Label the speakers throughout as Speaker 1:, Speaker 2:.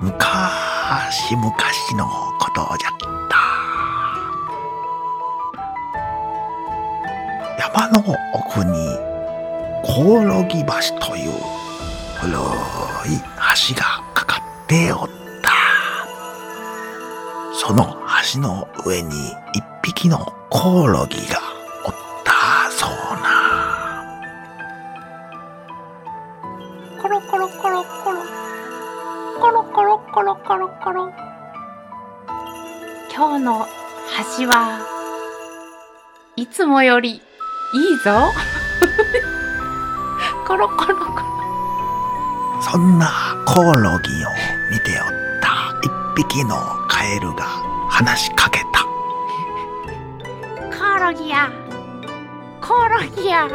Speaker 1: むかしむかしのことじゃった山の奥にコオロギ橋という古い橋がかかっておったその橋の上に一匹のコオロギがおったそうな
Speaker 2: コロコロコロコロコロコロコロコロコロ今日の橋はいつもよりいいぞコロコロコロ
Speaker 1: そんなコオロギを見ておった一匹のカエルが話しかけた
Speaker 2: コオロギやコオロギや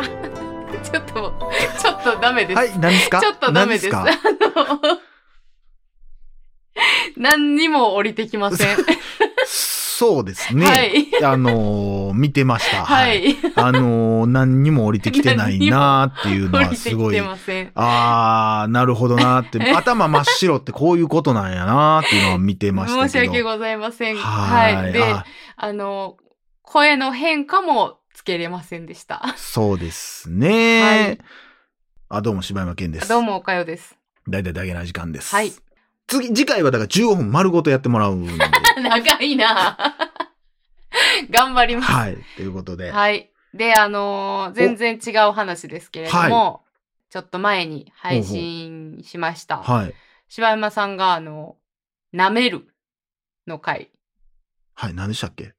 Speaker 2: ちょっとちょっとダメです、
Speaker 1: い何ですか
Speaker 2: ちょっとダメです。
Speaker 1: 何
Speaker 2: あの、何にも降りてきません。
Speaker 1: そうですね。
Speaker 2: はい
Speaker 1: あのー見てました。
Speaker 2: は。い。
Speaker 1: あのー何にも降りてきてないなーっていうの
Speaker 2: 降
Speaker 1: は
Speaker 2: りて
Speaker 1: す
Speaker 2: き
Speaker 1: ごい
Speaker 2: て。ません。
Speaker 1: あー、なるほどなーって。 頭真っ白ってこういうことなんやなーっていうのは見てましたけど。
Speaker 2: 申し訳ございません。
Speaker 1: はーい。
Speaker 2: で、
Speaker 1: あ
Speaker 2: あの、声の変化もつけれません でした。
Speaker 1: そうですね
Speaker 2: はい
Speaker 1: あ、どうも、柴山健です。
Speaker 2: どう。も、おかよです。
Speaker 1: だいたいだけな時間です。
Speaker 2: はい。
Speaker 1: 次、次回はだから15分丸ごとやってもら うんで。
Speaker 2: 長いな 頑張ります。は
Speaker 1: はい。ということ
Speaker 2: い。
Speaker 1: で。
Speaker 2: で、あのー全然違う話ですけれども、
Speaker 1: は
Speaker 2: ちょっと前に配信しました。
Speaker 1: はい。
Speaker 2: 柴山さんが、あの、舐めるの回。
Speaker 1: はい。何でしたっけ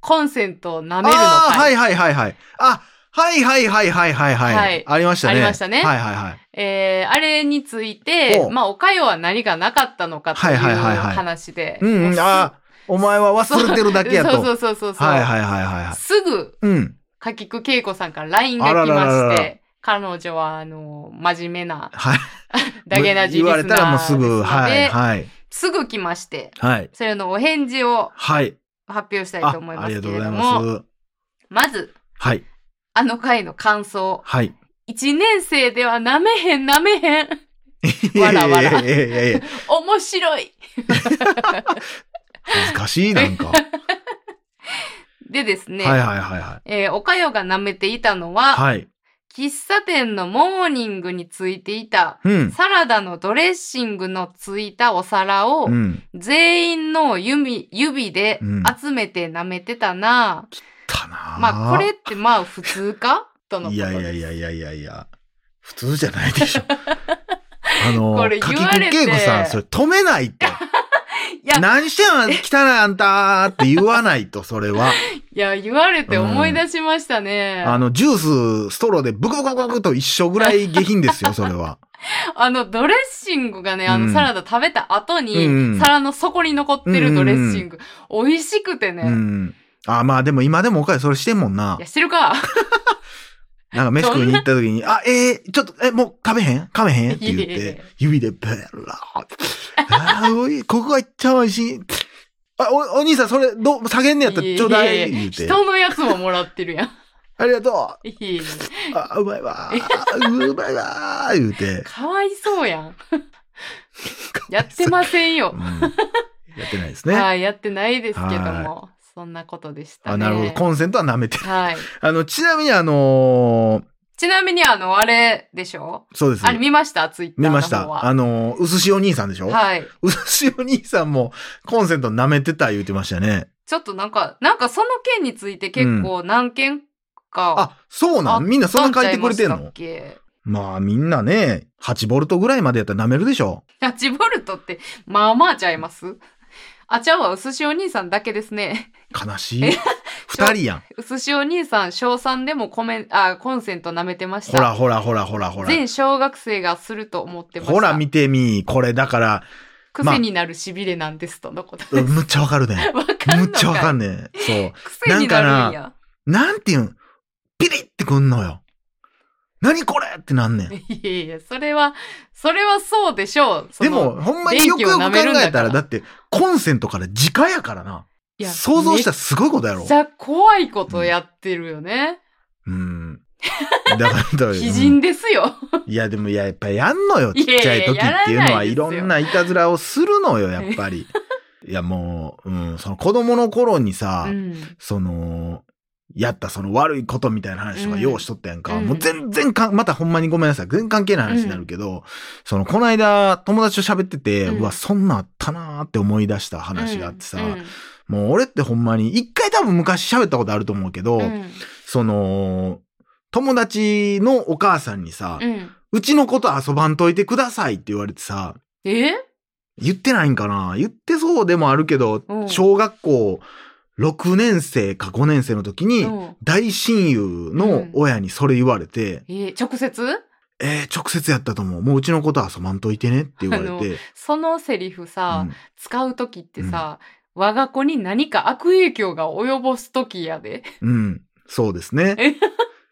Speaker 2: コンセントを舐
Speaker 1: あ
Speaker 2: めるの
Speaker 1: あーは
Speaker 2: 回。
Speaker 1: いはいはいはい。あ、はいはいはいはいはいはい。
Speaker 2: はい
Speaker 1: ありましたね。
Speaker 2: ありましたね
Speaker 1: はいはいはい。
Speaker 2: えー、あれについて
Speaker 1: お、
Speaker 2: まあ、おかよは何がなかったのかと
Speaker 1: はいいうはいはいはい
Speaker 2: 話で。
Speaker 1: うん
Speaker 2: も
Speaker 1: うん、
Speaker 2: す
Speaker 1: ああ、お前は忘れてるだけやと。
Speaker 2: そうそうそうそうそう。
Speaker 1: はいはいはいはいはい。
Speaker 2: すぐ、
Speaker 1: うん。
Speaker 2: かきくけいこさんから LINE が来まして、
Speaker 1: あららららら
Speaker 2: 彼女は、あの、真面目な、
Speaker 1: はい。
Speaker 2: ダゲなジリス
Speaker 1: 言
Speaker 2: ナー
Speaker 1: わ
Speaker 2: で
Speaker 1: れ
Speaker 2: す
Speaker 1: たらもうす
Speaker 2: の
Speaker 1: ぐ、
Speaker 2: で
Speaker 1: はいはい。
Speaker 2: すぐ来まして、
Speaker 1: はい。
Speaker 2: それのお返事を
Speaker 1: はい。
Speaker 2: 発表したい
Speaker 1: あ
Speaker 2: と思い
Speaker 1: あ
Speaker 2: ま
Speaker 1: り
Speaker 2: す
Speaker 1: が
Speaker 2: け
Speaker 1: とう
Speaker 2: れ
Speaker 1: ござ
Speaker 2: ど
Speaker 1: い
Speaker 2: も、
Speaker 1: ます。
Speaker 2: まず、
Speaker 1: はい。
Speaker 2: あの回の感想。
Speaker 1: はい。
Speaker 2: 一年生では舐めへん舐めへん。わらわら
Speaker 1: いやいやいやいや
Speaker 2: 面白い。
Speaker 1: 恥ずかしい、なん か。はい
Speaker 2: でですね、
Speaker 1: はいはいはい。
Speaker 2: えーおかよが舐めていたのは、
Speaker 1: はい。
Speaker 2: 喫茶店のモーニングについていた、
Speaker 1: うん。
Speaker 2: サラダのドレッシングのついたお皿を、
Speaker 1: うん。
Speaker 2: 全員の指指で
Speaker 1: うん
Speaker 2: 集めて舐めてたな、
Speaker 1: たな
Speaker 2: まあこれってまあ普 通かとのこと
Speaker 1: い
Speaker 2: です
Speaker 1: やいやいやいやいやいや。普通じゃない でしょ。あの、
Speaker 2: これ言
Speaker 1: かき
Speaker 2: わ
Speaker 1: く
Speaker 2: れて
Speaker 1: けいこさん、それ止めない って。
Speaker 2: いや
Speaker 1: 何してんの汚いあんたって言わないと、それ は。
Speaker 2: いや言われて思い出しましたね、
Speaker 1: あの、ジュース、ストローでブクブクブクブクと一緒ぐらい下品ですよ、それは。
Speaker 2: あのドレッシングがねあ
Speaker 1: う
Speaker 2: の
Speaker 1: ん
Speaker 2: サラダ食べた後に、
Speaker 1: うん
Speaker 2: 皿の底に残ってるドレッシング、美味しく てね、
Speaker 1: うん。あ、まあでも今でもおかえりそれしてんもんな。
Speaker 2: いや知るか
Speaker 1: なんか飯食いに行った時に、あ、えー、ちょっと、え、もう食べへん食べへんって言っ
Speaker 2: いやいやいや
Speaker 1: て、指でペラー。あー、おい、ここがいっちゃ美味しい。あ、お、お兄さん、それ、どう、下げんねやったらちょうだ
Speaker 2: いや
Speaker 1: い
Speaker 2: いやい
Speaker 1: 言
Speaker 2: や
Speaker 1: うて。
Speaker 2: 人のやつももらってるやん
Speaker 1: ありがと
Speaker 2: いやいや
Speaker 1: う。あ、うまいわー。うまいわー。言うて。
Speaker 2: かわいそう やんやってませんよ
Speaker 1: うん。やってないですね。
Speaker 2: はい、やってないですけども、そんなことでしたね。
Speaker 1: あ、なるほど。コンセントは舐めてる。
Speaker 2: はい。
Speaker 1: あの、ちなみにあのー
Speaker 2: ちなみに、あの、あれでしょ
Speaker 1: そうです。
Speaker 2: あれ見ましたツイッター
Speaker 1: 見
Speaker 2: の方は。
Speaker 1: ました。あのー、うすしお兄さんでしょ
Speaker 2: はい。
Speaker 1: うすしお兄さんもコンセント舐めてた言うてましたね。
Speaker 2: ちょっとなんか、なんかその件について結構何件か、
Speaker 1: あ、そう
Speaker 2: あ
Speaker 1: な
Speaker 2: っ
Speaker 1: ん
Speaker 2: た
Speaker 1: みんなそんな書いてくれてん
Speaker 2: ちゃいました
Speaker 1: の
Speaker 2: っけ
Speaker 1: まあみんなね、8ボルトぐらいまでやったら舐めるでしょ。
Speaker 2: 8ボルトって、まあまあちゃいますあちゃうわ、うすしお兄さんだけですね。
Speaker 1: 悲しい
Speaker 2: え。
Speaker 1: 二人やん。
Speaker 2: うすしお兄さん、小3でもコメン、あ、コンセント舐めてまし
Speaker 1: ほ
Speaker 2: た。
Speaker 1: らほらほらほらほら。
Speaker 2: 全小学生がすると思ってました。
Speaker 1: ほら見てみ、これだから、まあ
Speaker 2: 癖になるしびれなんですとのことです。
Speaker 1: うむっちゃわかる ね。
Speaker 2: わかん
Speaker 1: む
Speaker 2: のい
Speaker 1: っちゃわかんねえ。そ
Speaker 2: 癖になるんや。
Speaker 1: う。なんていうん、ピリってくんのよ。何これってなんねん。
Speaker 2: いやいや、それは、それはそうでしょう。そ
Speaker 1: で
Speaker 2: の
Speaker 1: も、、ほんまによくよく考
Speaker 2: 電気を舐めるん
Speaker 1: え
Speaker 2: だ
Speaker 1: た、
Speaker 2: からら
Speaker 1: だって、コンセントから直やからな。
Speaker 2: いや
Speaker 1: 想像したらすごいことや
Speaker 2: め
Speaker 1: ろ
Speaker 2: っち。ゃ怖いことやってるよね。
Speaker 1: うん。だ から、
Speaker 2: 偉人ですよ。
Speaker 1: いや、でも、いや、やっぱやんのよ。ちっ
Speaker 2: いやいや
Speaker 1: ちゃい時っていうのは、
Speaker 2: やらないですよ
Speaker 1: いろんないたずらをするのよ、やっぱり。 いや、もう、うん、その子供の頃にさ、
Speaker 2: うん。
Speaker 1: その、やったその悪いことみたいな話とか
Speaker 2: うん
Speaker 1: 用意しとったやんか。
Speaker 2: うん
Speaker 1: もう全然かん、またほんまにごめんなさい。全然関係ない話になるけど、その、この間友達と喋ってて、う
Speaker 2: うん
Speaker 1: わ、そんなんあったなーって思い出した話があってさ、
Speaker 2: うん
Speaker 1: もう俺ってほんまに、一回多分昔喋ったことあると思うけど、
Speaker 2: うん
Speaker 1: その、友達のお母さんにさ、
Speaker 2: うん。
Speaker 1: うちの子と遊ばんといてくださいって言われてさ、
Speaker 2: え
Speaker 1: 言ってないんかな言ってそうでもあるけど
Speaker 2: う、ん
Speaker 1: 小学校6年生か5年生の時に、
Speaker 2: うん
Speaker 1: 大親友の親にそれ言われて、
Speaker 2: え直接
Speaker 1: えー、直接やったと思う。もううちの子と遊ばんといてねって言われて、
Speaker 2: そのセリフさ、
Speaker 1: うん
Speaker 2: 使う時ってさ、我が子に何か悪影響が及ぼす時やで。
Speaker 1: うん、そうです
Speaker 2: え
Speaker 1: ね。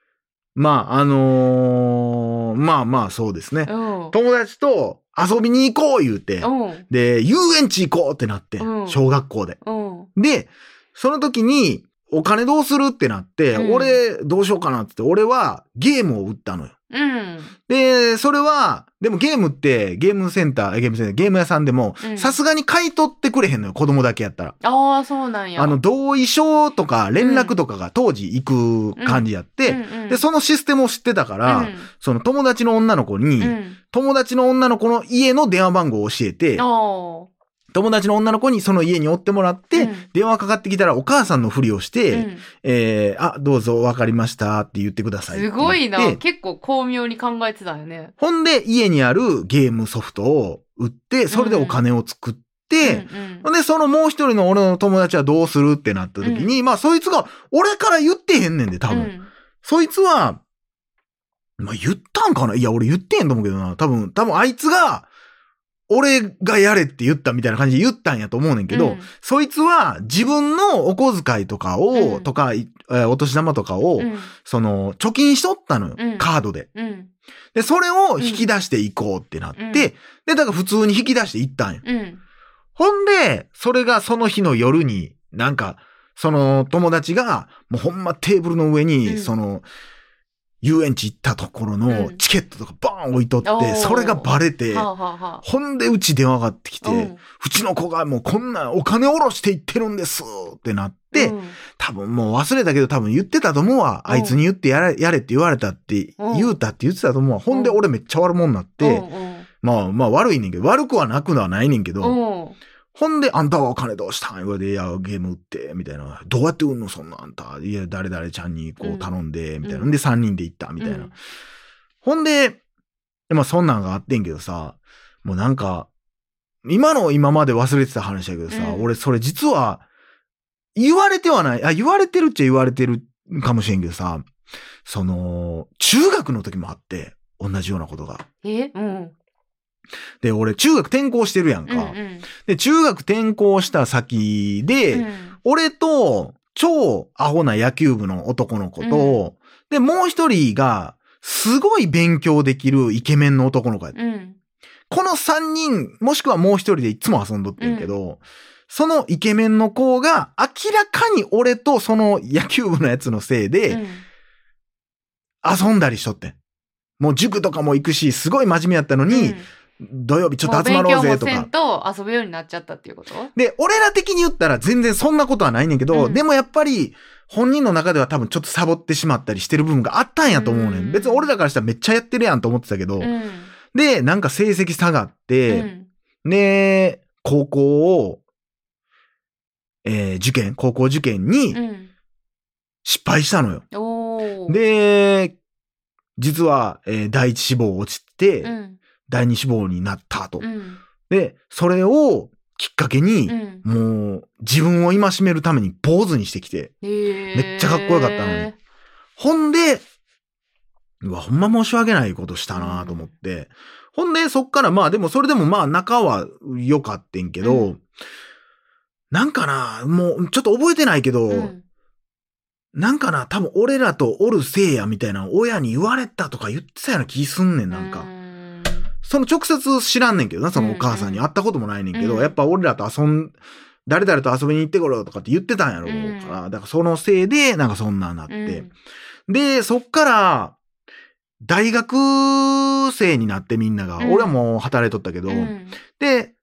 Speaker 1: まあ、あのーまあまあそうですね
Speaker 2: う。ん。
Speaker 1: 友達と遊びに行こう言うて、
Speaker 2: うん。
Speaker 1: で、遊園地行こうってなって
Speaker 2: う、ん
Speaker 1: 小学校で。
Speaker 2: うん。
Speaker 1: で、その時に、お金どうするってなって、
Speaker 2: うん
Speaker 1: 俺、どうしようかなって言って、俺はゲームを売ったのよ。
Speaker 2: うん。
Speaker 1: で、それは、でもゲームって、ゲームセンター、えゲームセンター、ゲーム屋さんでも
Speaker 2: う、ん
Speaker 1: さすがに買い取ってくれへんのよ、子供だけやったら。
Speaker 2: ああ、そうなんや。
Speaker 1: あの、同意書とか連絡とかが当時行く感じやって、で、そのシステムを知ってたか
Speaker 2: う
Speaker 1: ら、
Speaker 2: ん
Speaker 1: その友達の女の子
Speaker 2: う
Speaker 1: に、
Speaker 2: んうん。
Speaker 1: 友達の女の子の家の電話番号を教えて、
Speaker 2: あ
Speaker 1: 友達の女の子にその家に追ってもらって、
Speaker 2: うん
Speaker 1: 電話かかってきたらお母さんのふりをして、
Speaker 2: ーうん
Speaker 1: えー、あ、どうぞわかりましたって言ってくださいって言
Speaker 2: す
Speaker 1: って。
Speaker 2: ごいな。結構巧妙に考えてたよね。
Speaker 1: ほんで家にあるゲームソフトを売って、それでお金を作って、
Speaker 2: うんうん
Speaker 1: ほんで、そのもう一人の俺の友達はどうするってなった時に、まあ、そいつが、俺から言ってへんねんで、多分。
Speaker 2: うん
Speaker 1: そいつは、まあ、言ったんかないや、俺言ってへんと思うけどな。多分、多分あいつが、俺がやれって言ったみたいな感じで言ったんやと思うねんけど、
Speaker 2: うん
Speaker 1: そいつは自分のお小遣いとかを、
Speaker 2: うん
Speaker 1: とか、いえーお年玉とかを、
Speaker 2: うん
Speaker 1: その、貯金しとったのよ、
Speaker 2: うん
Speaker 1: カードで。
Speaker 2: うん
Speaker 1: で、それを引き出していこうってなって、
Speaker 2: うん
Speaker 1: で、だから普通に引き出していったんよ。
Speaker 2: うん
Speaker 1: ほんで、それがその日の夜に、なんか、その友達が、もうほんまテーブルの上に、
Speaker 2: うん
Speaker 1: その、遊園地行ったところの
Speaker 2: うん
Speaker 1: チケットとかバーン置いとって、
Speaker 2: おー
Speaker 1: それがバレて
Speaker 2: は、あはあは
Speaker 1: ほんでうち電話がかかってきて、
Speaker 2: あ。うん
Speaker 1: うちの子がもうこんなお金下ろして行ってるんですってなって、
Speaker 2: うん
Speaker 1: 多分もう忘れたけど多分言ってたと思うわ。あいつに言ってやれ、やれって言われたって、
Speaker 2: うん
Speaker 1: 言うたって言ってたと思うわ。ほんで
Speaker 2: うん
Speaker 1: 俺めっちゃ悪者になって、まあまあ悪いねんけど、悪くはなくのはないねんけど、
Speaker 2: うんうんうん
Speaker 1: ほんで、あんたはお金どうしたん言われて、いや、ゲーム売って、みたいな。どうやって売んのそんなあんた。いや、誰々ちゃんにこ
Speaker 2: う
Speaker 1: うん頼んで、みたいな。
Speaker 2: うん
Speaker 1: で、3人で行った、みたいな。ほんで、まあそんなんがあってんけどさ、もうなんか、今の今まで忘れてた話だけどさ、
Speaker 2: うん
Speaker 1: 俺それ実は、言われてはない。あ、言われてるっちゃ言われてるかもしれんけどさ、その、中学の時もあって、同じようなことが。
Speaker 2: えうん
Speaker 1: で、俺中学転校してるやん
Speaker 2: う
Speaker 1: か。
Speaker 2: んうん
Speaker 1: で、中学転校した先で、
Speaker 2: うん
Speaker 1: 俺と超アホな野球部の男の子と、で、もう一人が、すごい勉強できるイケメンの男の子やった
Speaker 2: うん
Speaker 1: この三人、もしくはもう一人でいつも遊んどってんけど、そのイケメンの子が明らかに俺とその野球部のやつのせいで
Speaker 2: うん
Speaker 1: 遊んだりしとってん。もう塾とかも行くし、すごい真面目やったのに、土曜日ちょっと集まろうぜと
Speaker 2: も勉強もせ
Speaker 1: か
Speaker 2: ん。と遊ぶようになっちゃったっていうこと
Speaker 1: で、俺ら的に言ったら全然そんなことはないねんけど、
Speaker 2: うん
Speaker 1: でもやっぱり本人の中では多分ちょっとサボってしまったりしてる部分があったんやと思うねん。
Speaker 2: うん
Speaker 1: 別に俺らからしたらめっちゃやってるやんと思ってたけど、
Speaker 2: うん
Speaker 1: で、なんか成績下がっ
Speaker 2: う
Speaker 1: て、
Speaker 2: ん
Speaker 1: で、高校を、えー受験、高校受験に
Speaker 2: うん
Speaker 1: 失敗したのよ。
Speaker 2: おー
Speaker 1: で、実は、えー第一志望落ちて、
Speaker 2: うん
Speaker 1: 第二志望になったと。
Speaker 2: うん
Speaker 1: で、それをきっかけに、
Speaker 2: うん
Speaker 1: もう自分を戒めるために坊主にしてきて、め
Speaker 2: め
Speaker 1: っちゃかっこよかったのにほんで、うわ、ほんま申し訳ないことしたなと思って、ほんで、そっからまあでもそれでもまあ仲は良かってんけど、
Speaker 2: う
Speaker 1: なんかな、もうちょっと覚えてないけど、
Speaker 2: うん
Speaker 1: なんかな、多分俺らとおるせいやみたいな親に言われたとか言ってたような気すんねん、なんか。
Speaker 2: うん
Speaker 1: その直接知らんねんけどな、そのお母さんに
Speaker 2: うん
Speaker 1: 会ったこともないねんけど、
Speaker 2: うん
Speaker 1: やっぱ俺らと遊ん、誰々と遊びに行ってころとかって言ってたんやろうから、だからそのせいで、なんかそんなんなって、
Speaker 2: うん
Speaker 1: で、そっから、大学生になってみんなが、
Speaker 2: うん
Speaker 1: 俺はもう働いとったけど、
Speaker 2: うん
Speaker 1: で、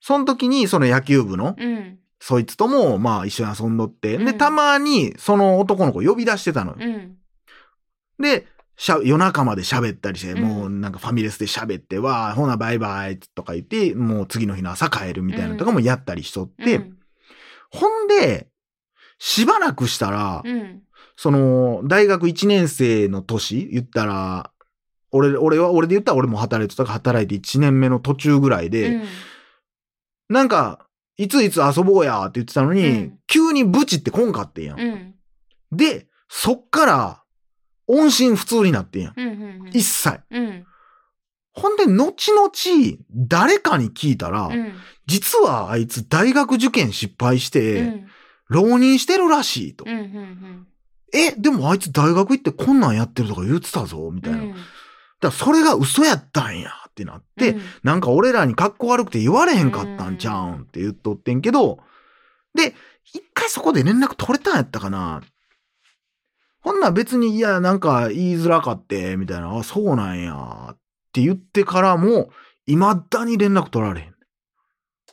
Speaker 1: その時にその野球部の、
Speaker 2: うん
Speaker 1: そいつとも、まあ一緒に遊んどって、
Speaker 2: う
Speaker 1: で、
Speaker 2: ん
Speaker 1: たまにその男の子呼び出してたのよ。
Speaker 2: うん
Speaker 1: で、しゃ夜中まで喋ったりして、
Speaker 2: うん
Speaker 1: もうなんかファミレスで喋って、わあ、ほなバイバイとか言って、もう次の日の朝帰るみたいなのとかもやったりしとって、
Speaker 2: うん
Speaker 1: ほんで、しばらくしたら、
Speaker 2: うん
Speaker 1: その、大学1年生の年、言ったら、俺、俺は、俺で言ったら俺も働いてたから働いて1年目の途中ぐらいで、
Speaker 2: うん
Speaker 1: なんか、いついつ遊ぼうやって言ってたのに、
Speaker 2: うん
Speaker 1: 急にブチってこんかってんやん。
Speaker 2: うん
Speaker 1: で、そっから、音信不通になってんやん。
Speaker 2: うんうん
Speaker 1: 一切。
Speaker 2: うん
Speaker 1: ほんで、後々、誰かに聞いたら、
Speaker 2: うん
Speaker 1: 実はあいつ大学受験失敗し
Speaker 2: う
Speaker 1: て、
Speaker 2: ん
Speaker 1: 浪人してるらしいと。
Speaker 2: うんうん
Speaker 1: え、でもあいつ大学行ってこんなんやってるとか言ってたぞ、みたいな。だからそれが嘘やったんやってなって、
Speaker 2: うん
Speaker 1: なんか俺らに格好悪くて言われへんかったんちゃうんって言っとってんけど、で、一回そこで連絡取れたんやったかな。ほんなら別に、いや、なんか言いづらかって、みたいな、あ、そうなんや、って言ってからも、未だに連絡取られへん。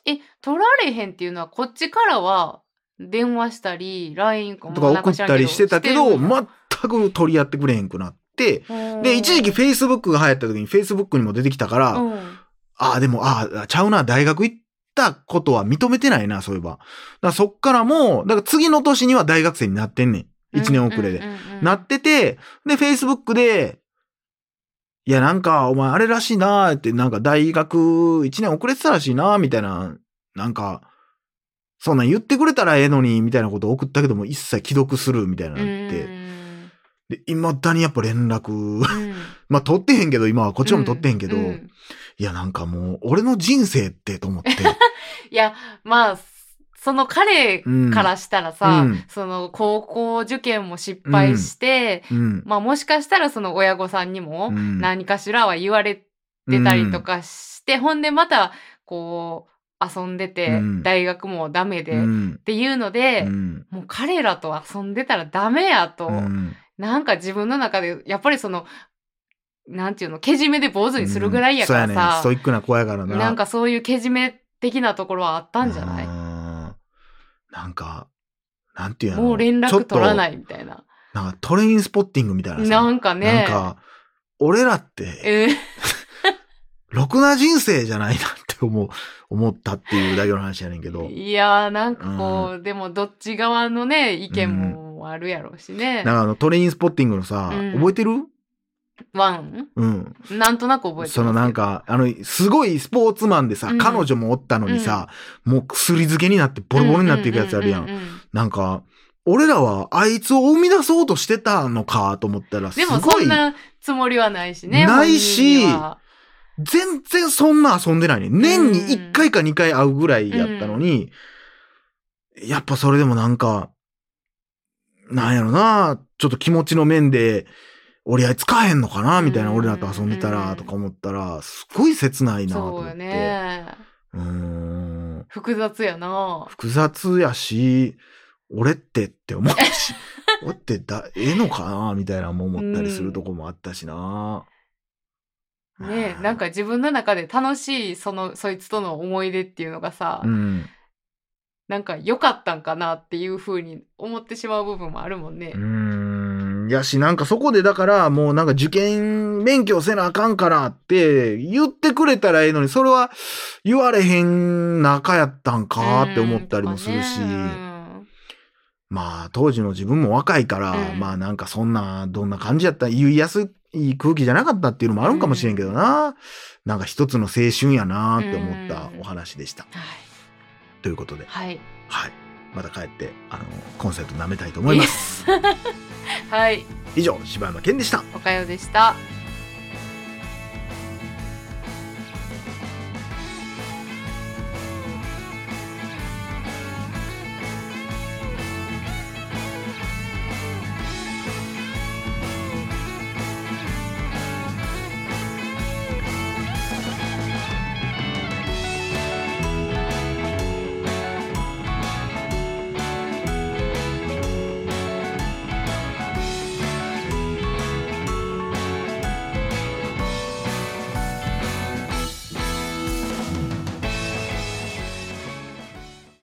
Speaker 2: え取られへんっていうのはこっちからは電話したり LINE か
Speaker 1: とか送ったりしてたけど、
Speaker 2: ま
Speaker 1: 全く取り合ってくれへんくなって、で、
Speaker 2: で
Speaker 1: 一時期 Facebook が流行った時に Facebook にも出てきたから、
Speaker 2: うん
Speaker 1: ああ、でも、ああ、ちゃうな、大学行ったことは認めてないな、そういえば。だからそっからもう、だから次の年には大学生になってんねん。一年遅れで。
Speaker 2: うんうんうんうん
Speaker 1: なってて、で、Facebook で、いや、なんか、お前、あれらしいなーって、なんか、大学一年遅れてたらしいなーみたいな、なんか、そんなん言ってくれたらええのに、みたいなことを送ったけども、一切既読する、みたいなのになって。
Speaker 2: うん
Speaker 1: で、未だにやっぱ連絡、
Speaker 2: うん
Speaker 1: まあ、取ってへんけど、今はこっちも取ってへんけど、
Speaker 2: ううん
Speaker 1: いや、なんかもう、俺の人生ってと思って。
Speaker 2: いやまあその彼からしたらさ、
Speaker 1: うん
Speaker 2: その高校受験も失敗して、
Speaker 1: うん。
Speaker 2: まあもしかしたらその親御さんにも
Speaker 1: 何
Speaker 2: 何かしらは言われてたりとかして、ほんでまたこう遊んでて、
Speaker 1: うん
Speaker 2: 大学もダメで、
Speaker 1: う
Speaker 2: っ
Speaker 1: ん
Speaker 2: ていうので、
Speaker 1: うん
Speaker 2: もう彼らと遊んでたらダメやと、
Speaker 1: うん
Speaker 2: なんか自分の中でやっぱりそのなんていうのけじめで坊主にするぐらいやか
Speaker 1: そ
Speaker 2: ら
Speaker 1: うやねん
Speaker 2: さ
Speaker 1: ス、トイックな子やからな。
Speaker 2: なんかそういうけじめ的なところはあったんじゃない
Speaker 1: うんなんか、なんていうの。
Speaker 2: もう連絡取らないいみたいな。
Speaker 1: ちょっとなんかトレインスポッティングみたいなさ。
Speaker 2: なんか
Speaker 1: な
Speaker 2: ね。
Speaker 1: んか俺らって、
Speaker 2: えー
Speaker 1: ろくな人生じゃないなって思う、思ったっていうだけの話やねんけど。
Speaker 2: いやーなんかこう、でもどっち側のね意見もあるやろうしね
Speaker 1: なん。かあの、トレインスポッティングのさ、
Speaker 2: うん
Speaker 1: 覚えてる
Speaker 2: ワン
Speaker 1: うん。
Speaker 2: なんとなく覚えてますけ
Speaker 1: そ
Speaker 2: ど
Speaker 1: のなんか、あの、すごいスポーツマンでさ、
Speaker 2: うん
Speaker 1: 彼女もおったのにさ、もう薬漬けになってボロボロになっていくやつあるや。
Speaker 2: うんうううんうん
Speaker 1: なんか、俺らはあいつを生み出そうとしてたのかと思ったら、す
Speaker 2: でも
Speaker 1: ご
Speaker 2: そ
Speaker 1: い
Speaker 2: ん、なつもりはないしね。
Speaker 1: ないし
Speaker 2: 本人には
Speaker 1: 全然そんな遊んでないね。年に
Speaker 2: うん
Speaker 1: 1回か2回会うぐらいやったのに、やっぱそれでもなんか、なんやろな、ちょっと気持ちの面で、折り合いつかへんのかなみたいな、
Speaker 2: うん
Speaker 1: 俺らと遊んでたら、とか思ったら、すごい切ないなと
Speaker 2: そ
Speaker 1: 思
Speaker 2: うよ
Speaker 1: って。
Speaker 2: ね。
Speaker 1: うーん。
Speaker 2: 複雑やな。
Speaker 1: 複雑やし、俺ってって思う し、俺ってだ、ええのかなみたいなもん思ったりするとこもあったしな。
Speaker 2: ねなんか自分の中で楽しいそのそいつとの思い出っていうのがさ、
Speaker 1: うん。
Speaker 2: なんか良かったんかなっていうふうに思ってしまう部分もあるもんね
Speaker 1: う。ーん。やし、なんかそこでだから、もうなんか受験勉強せなあかんからって言ってくれたらええのに、それは言われへん仲やったんかって思ったりもするし。
Speaker 2: うんとかね
Speaker 1: まあ当時の自分も若いから、
Speaker 2: うん
Speaker 1: まあなんかそんなどんな感じやった言いやすい空気じゃなかったっていうのもあるんかもしれんけどな、なんか一つの青春やなって思ったお話でした、
Speaker 2: うんは
Speaker 1: ということで
Speaker 2: い。はい。
Speaker 1: はいまた帰ってあのコンセント舐めたいと思います
Speaker 2: はい。
Speaker 1: 以上柴山健でした
Speaker 2: おかよでした。